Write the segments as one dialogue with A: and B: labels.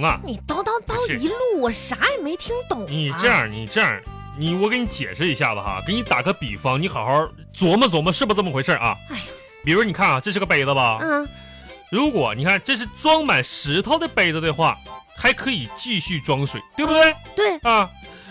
A: 了。
B: 你叨叨
A: 不
B: 叨
A: 是
B: 一路，我啥也没听懂、啊。
A: 啊你这样，你这样，你我给你解释一下子哈，给你打个比方，你好好琢磨琢磨是不这么回事儿啊。
B: 哎呀
A: 比如你看啊，这是个杯子吧？
B: 嗯，
A: 如果你看这是装满石头的杯子的话，还可以继续装水，对不对？
B: 对，
A: 啊，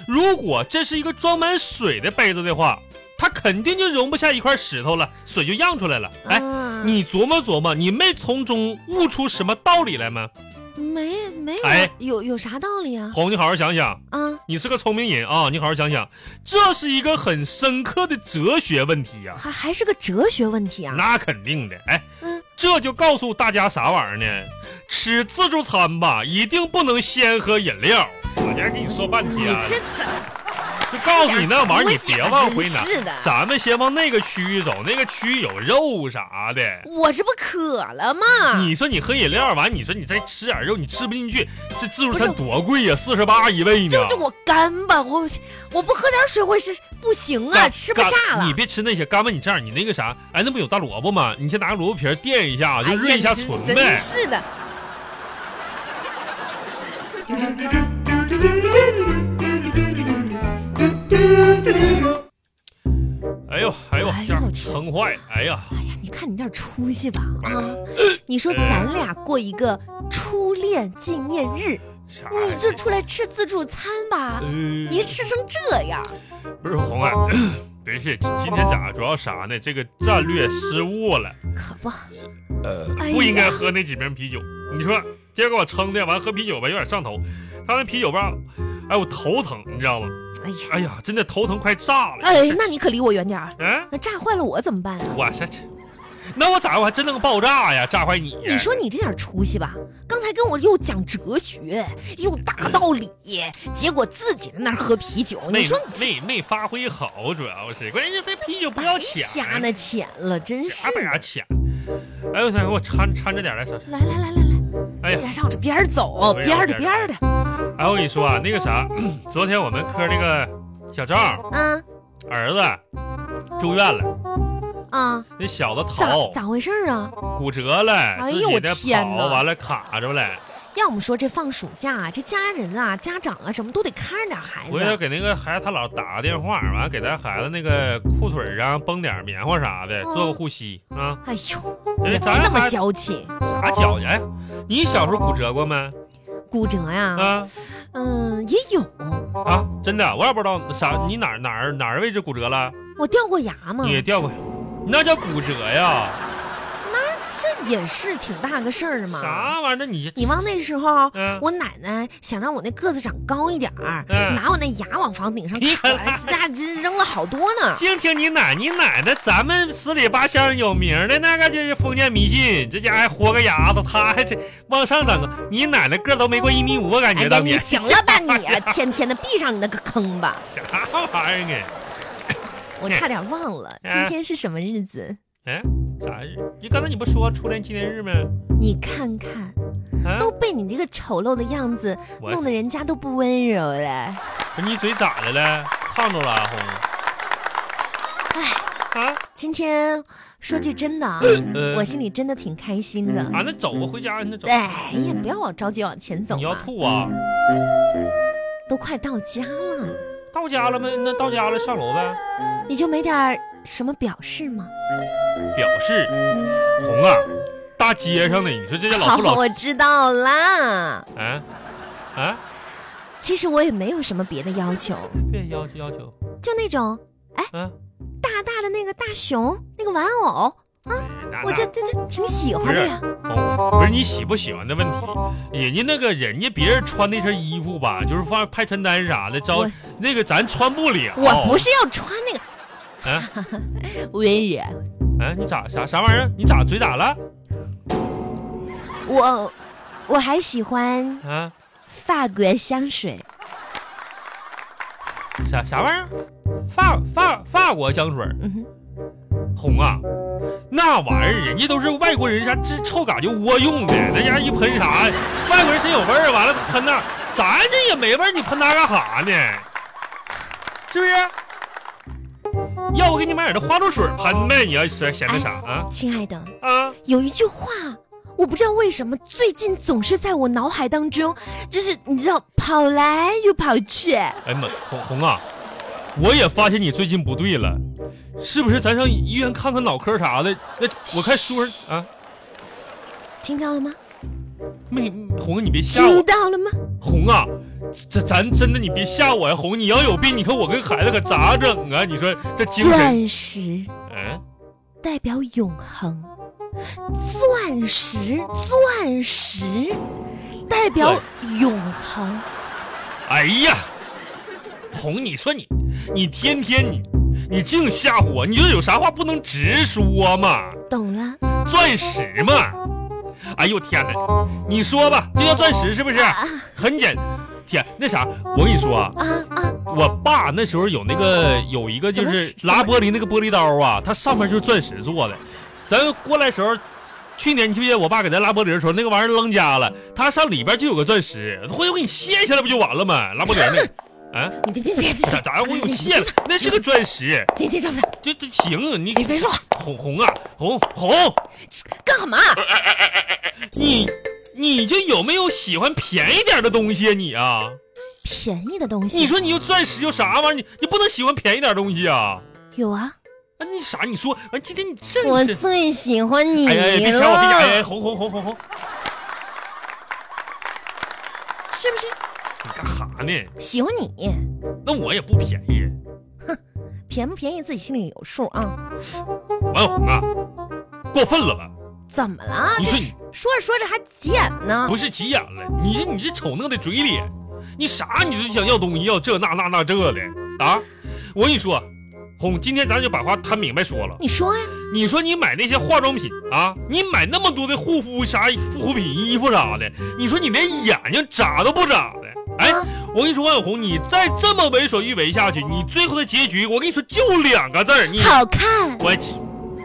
A: 如果这是一个装满水的杯子的话，它肯定就容不下一块石头了，水就漾出来了。哎，
B: 嗯
A: 你琢磨琢磨，你没从中悟出什么道理来吗？
B: 没没有、
A: 哎
B: 有有啥道理啊？
A: 红，你好好想想，
B: 啊，
A: 你是个聪明人啊，你好好想想，这是一个很深刻的哲学问题呀、
B: 还还是个哲学问题啊。
A: 那肯定的，哎，
B: 嗯
A: 这就告诉大家啥玩意儿呢？吃自助餐吧，一定不能先喝饮料。我这跟你说半
B: 你
A: 天，啊
B: 这怎么
A: 就告诉你那玩意儿，你别往回
B: 真是的
A: 拿。咱们先往那个区域走，那个区域有肉啥的。
B: 我这不渴了吗？
A: 你说你喝饮料完，你说你再吃点肉，你吃不进去，这自助
B: 不是
A: 餐多贵呀、4四十八一位呢。
B: 这不就我干吧，我我不喝点水我是不行啊，
A: 干
B: 吃不下
A: 干
B: 了
A: 你。别吃那些，干巴你这样，你那个啥，哎，那不有大萝卜吗？你先拿个萝卜皮儿垫一下，啊就润一下
B: 哎你
A: 唇
B: 真
A: 呗
B: 真。是的，
A: 哎呦，哎呦
B: 哎，呦
A: 这样
B: 我天
A: 撑坏了，哎呀，
B: 哎呀，你看你点出息吧
A: 哎
B: 啊！你
A: 嗯
B: 说咱俩过一个初恋纪念日，
A: 啥？
B: 你就出来吃自助餐吧
A: 呃，，
B: 你吃成这样，
A: 不是红啊， 不是，今天咋主要啥呢？这个战略失误了，
B: 可不，哎呀
A: 不应该喝那几瓶啤酒。你说，今儿给我撑的，完喝啤酒吧，有点上头。他那啤酒吧，哎，我头疼，你知道吗？
B: 哎呀，
A: 哎呀，真的头疼快炸了。
B: 哎，那你可离我远点儿，
A: 嗯，
B: 那炸坏了我怎么办啊？
A: 我这，那我咋我还真能爆炸呀？炸坏你呀？
B: 你说你这点出息吧，刚才跟我又讲哲学，又大道理，结果自己在那儿喝啤酒，你
A: 没
B: 说你
A: 没没发挥好，主要是关键是这啤酒不要
B: 白
A: 钱，
B: 瞎那钱了，真是
A: 啥不啥
B: 的。
A: 钱？哎呦我天，给我掺掺着点来，啥？
B: 来来来来来，
A: 哎呀，
B: 让我这边儿走，
A: 哎呀
B: 边儿的
A: 我
B: 边儿的，
A: 哎我跟你说啊，那个啥， 昨天我们科那个小赵
B: 啊
A: 儿子住院了，
B: 啊，
A: 那小子
B: 咋
A: 头
B: 咋回事儿啊？
A: 骨折了，
B: 哎
A: 自
B: 呦
A: 己
B: 我
A: 的
B: 天
A: 跑
B: 哪哎
A: 完了卡着了，
B: 要我们说这放暑假啊，这家人啊、家长啊，什么都得看着点孩
A: 回头
B: 子。
A: 给那个孩子他姥打个电话，完了给咱孩子那个裤腿上绷点棉花啥的，
B: 哦
A: 做个护膝啊，
B: 哎呦，
A: 因为
B: 别
A: 咱
B: 那么
A: 孩子
B: 娇气，
A: 啥矫情？哎你小时候骨折过啊没？
B: 骨折呀，
A: 啊？
B: 嗯，也有，
A: 啊，真的，我也不知
B: 哦
A: 道啥，你哪儿哪儿哪儿位置骨折了？
B: 我掉过牙嘛，
A: 你掉过，那叫骨折呀？
B: 这也是挺大个事儿嘛。
A: 啥玩意儿？那你
B: 你忘那时候，
A: 嗯
B: 我奶奶想让我那个子长高一点儿，
A: 嗯
B: 拿我那牙往房顶上
A: 你
B: 磕
A: 可，
B: 家真扔了好多呢。
A: 净听你奶你奶奶，咱们十里八乡有名的那个就是封建迷信，这家还豁个牙子，他还这往上长个，你奶奶个儿都没过一米五，我感
B: 哎
A: 觉
B: 呀，
A: 当
B: 你
A: 年
B: 行了吧你？啊天天的闭上你那个坑吧！
A: 啥玩意儿啊？
B: 我差点忘了，
A: 嗯
B: 今天是什么日子？
A: 哎，啥日？你刚才你不说初恋纪念日吗？
B: 你看看，
A: 啊，
B: 都被你这个丑陋的样子
A: 我
B: 弄得人家都不温柔了。
A: 不是你嘴咋的了？烫着了啊，红？哎，啊
B: 今天说句真的啊，
A: 呃
B: 我心里真的挺开心的。
A: 啊，那走吧，回家那走。
B: 哎呀，不要往着急往前走
A: 嗯你要
B: 嘛，
A: 吐啊？
B: 都快到家了，
A: 到家了吗？那到家了上楼呗。
B: 你就没点儿什么表示吗？
A: 表示红啊，大街上的，你说这些老
B: 好，
A: 夫老
B: 我知道啦。
A: 啊啊，
B: 其实我也没有什么别的要求，
A: 别要求要求
B: 就那种哎
A: 啊。
B: 大大的那个大熊那个玩偶，
A: 哎那
B: 啊我这这这挺喜欢的呀。
A: 那哦不是你喜不喜欢的问题，人家那个人家别人穿那身衣服吧，就是放派传单啥的，招
B: 我
A: 那个咱穿不哦了。
B: 我不是要穿那个
A: 啊
B: 温柔，
A: 啊，你咋啥啥玩意儿？你咋嘴咋了
B: 我我还喜欢
A: 啊？
B: 法国香水，
A: 啥啥玩意儿？法法法国香水儿
B: 嗯哼，
A: 红啊，那玩意儿人家都是外国人，啥这臭嘎就窝用的，那家一喷啥，外国人身有味儿，完了喷那，咱这也没味儿，你喷它干啥呢？是不是？要不给你买点那花露水喷呗，你要是嫌那啥啊
B: 亲爱的，
A: 啊！
B: 有一句话我不知道为什么最近总是在我脑海当中，就是你知道跑来又跑去。
A: 哎呀妈，红红啊，我也发现你最近不对了，是不是？咱上医院看看脑科啥的。那我看书上啊，
B: 听到了吗？
A: 没红，你别吓
B: 听
A: 我，
B: 到了吗？
A: 红啊，咱咱真的你别吓我呀、红，你要有病，你看我跟孩子可咋整啊？你说这精神，
B: 钻石
A: 嗯，
B: 代表永恒，钻石，钻石代表永恒。
A: 哎呀，红，你说你，你天天你，你净吓唬我，你就有啥话不能直说嘛？
B: 懂了
A: 钻石嘛。哎呦天哪，你说吧，这叫钻石是不是？
B: 啊
A: 很简，天那啥，我跟你说啊，
B: 啊啊！
A: 我爸那时候有那个有一个就
B: 哦怎么
A: 是
B: 是
A: 拉玻璃那个玻璃刀啊，它上面就是钻石做的。咱过来时候，去年你记不记得我爸给咱拉玻璃的时候，那个玩意儿扔家了，它上里边就有个钻石，回头给你卸下来不就完了吗？拉玻璃那个，啊，
B: 你别别别别
A: 咋咋让我有卸了？那是个钻石，
B: 别别别别
A: 这这行，你
B: 别别说话，
A: 红红啊红红，
B: 干嘛？
A: 你你这有没有喜欢便宜点的东西啊你啊？
B: 便宜的东西
A: 你说你又钻石又啥玩意儿？你你不能喜欢便宜点东西啊？
B: 有啊？
A: 啊，你啥？你说，啊，今天你这
B: 我
A: 是，
B: 最喜欢你
A: 哎
B: 了。
A: 呀，哎呀别抢我，别抢，哎哎，红红红红红，
B: 是不是
A: 你干哈呢？
B: 喜欢你？
A: 那我也不便宜，
B: 便不便宜自己心里有数啊？
A: 王小红啊，过分了吧？
B: 怎么了？
A: 你
B: 这
A: 说
B: 是说着说着还急眼呢？
A: 不是急眼了，你这你这瞅那个的嘴脸，你啥你就想要东西，要这那那那这的啊？我跟你说，红，今天咱就把话摊明白说了。
B: 你说呀？
A: 你说你买那些化妆品啊，你买那么多的护肤啥护肤品、衣服啥的，你说你连眼睛眨都不眨的，哎，
B: 啊
A: 我跟你说，万红，你再这么为所欲为下去，你最后的结局，我跟你说就两个字儿，你
B: 好看，
A: 我去，你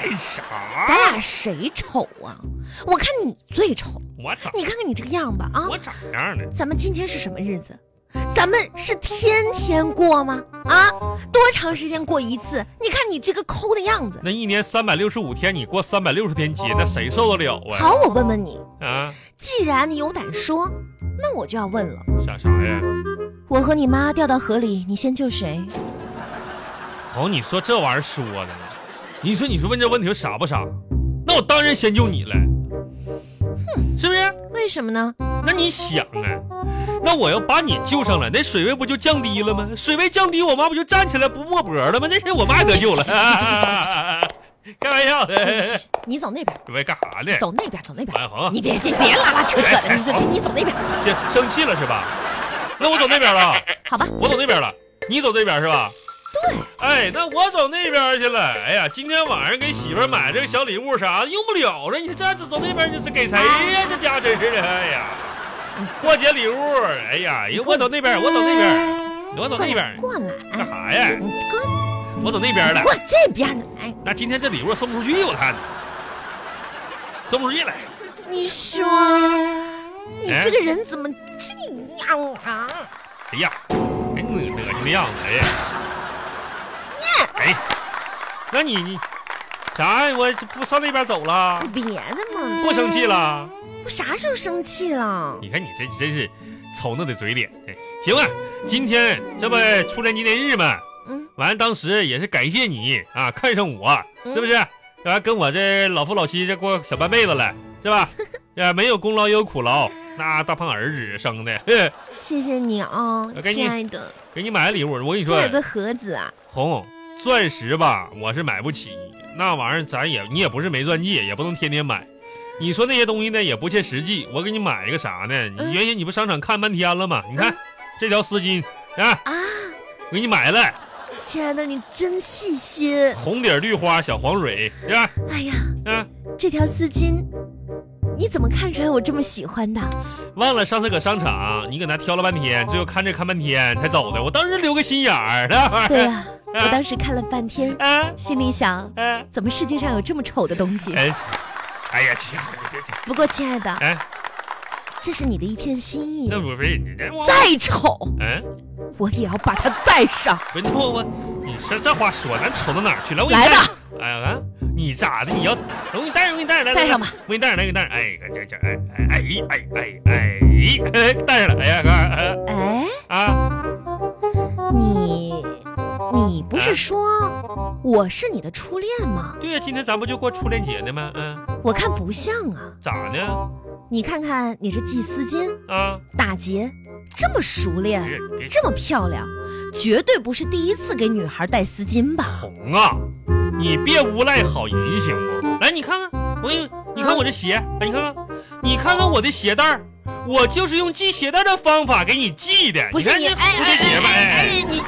A: 干啥？
B: 咱俩谁丑啊？我看你最丑，
A: 我咋
B: 你看看你这个样吧啊！
A: 我咋样了？
B: 咱们今天是什么日子？咱们是天天过吗？啊，多长时间过一次？你看你这个抠的样子。
A: 那一年三百六十五天，你过三百六十天节，那谁受得了啊？
B: 哦好，我问问你，
A: 啊，
B: 既然你有胆说，那我就要问了。
A: 啥啥呀？
B: 我和你妈掉到河里，你先救谁？
A: 红，哦你说这玩意儿说的，你说你说问这问题傻不傻？那我当然先救你了，是不是？
B: 为什 么呢？
A: 那你想啊，那我要把你救上来，那水位不就降低了吗？水位降低，我妈不就站起来不没脖了吗？那是我妈得救了， 开玩笑的，
B: 你走那边，
A: 准备干啥呢？
B: 走那边，走那边。
A: 王小恒，
B: 你别别别拉拉扯扯
A: 哎
B: 的，你走你你走那边，
A: 这生气了是吧？那我走那边了，
B: 好吧？
A: 我走那边了，你走这边是吧？对。哎，那我走那边去了。哎呀，今天晚上给媳妇儿买这个小礼物啥的，用不了了。你这这走那边这是给谁呀、这家真是的，哎呀，过节礼物，哎呀，我走那边，我走那边。我走那边
B: 过来，
A: 干啥呀？
B: 你过
A: 我走那边了。
B: 过这边哎来。
A: 那今天这礼物送不出去，我看送不出去了。
B: 你说，你这个人怎么这样啊？
A: 哎呀，哎哪哪心的样子，哎呀，哎，那你你啥呀？我这不上那边走了，
B: 别的嘛，
A: 不生气了？
B: 我啥时候生气了？
A: 你看你这真是瞅那的嘴脸。哎，行啊，今天这不出来纪念日嘛，
B: 嗯，
A: 完当时也是感谢你啊，看上我是不是？完、跟我这老夫老妻这过小半辈子了，是 吧？呃，没有功劳也有苦劳，那大胖儿子生的，哼
B: 谢谢你啊
A: 我，给你
B: 亲爱的。
A: 给你买个礼物。我跟你说，
B: 这有个盒子啊，
A: 红钻石吧，我是买不起，那玩意儿咱也你也不是没钻戒，也不能天天买。你说那些东西呢，也不切实际。我给你买一个啥呢？你
B: 嗯
A: 原先你不上场看半天了吗？你看、
B: 嗯
A: 这条丝巾啊，
B: 啊，
A: 我给你买了，
B: 亲爱的，你真细心。
A: 红底儿绿花小黄蕊，是吧？
B: 哎呀，
A: 嗯、
B: 这条丝巾，你怎么看出来我这么喜欢的？
A: 忘了上次搁商场，你搁那挑了半天，最后看这看半天才走的。我当时留个心眼儿，那玩意
B: 对
A: 儿。
B: 呀、我当时看了半天，
A: 啊
B: 心里想，
A: 啊！
B: 怎么世界上有这么丑的东西？
A: 哎，哎呀，这家伙，你这
B: 不过，亲爱的，
A: 哎，
B: 这是你的一片心意
A: 那。不是你这我，
B: 再丑，
A: 嗯。
B: 我也要把它戴上。
A: 不是我我，你说这话说咱瞅到哪儿去了？我
B: 来吧
A: 吧，哎呀，你咋的？你要我给你带上，我给你带上来，来
B: 带上吧，
A: 来我给你带上来，给你带上来。哎，这这哎哎哎哎哎哎，带上了。哎呀哥儿，
B: 哎，
A: 哎啊，
B: 你你不
A: 啊
B: 是说我是你的初恋吗？
A: 对呀，今天咱不就过初恋节呢吗？嗯，
B: 我看不像啊，
A: 咋呢？
B: 你看看你这系丝巾、
A: 啊，
B: 打结，这么熟
A: 别
B: 练，
A: 别
B: 这么漂亮，绝对不是第一次给女孩戴丝巾吧？
A: 红啊！你别诬赖好人行不？来，你看看，我给你，你看我这鞋，来，你看看，你看看我的鞋带儿，我就是用系鞋带儿的方法给你系的。
B: 不是
A: 看
B: 你，
A: 这
B: 哎
A: 蝴
B: 哎
A: 蝶
B: 哎
A: 结吧？
B: 哎
A: 哎
B: 哎，你你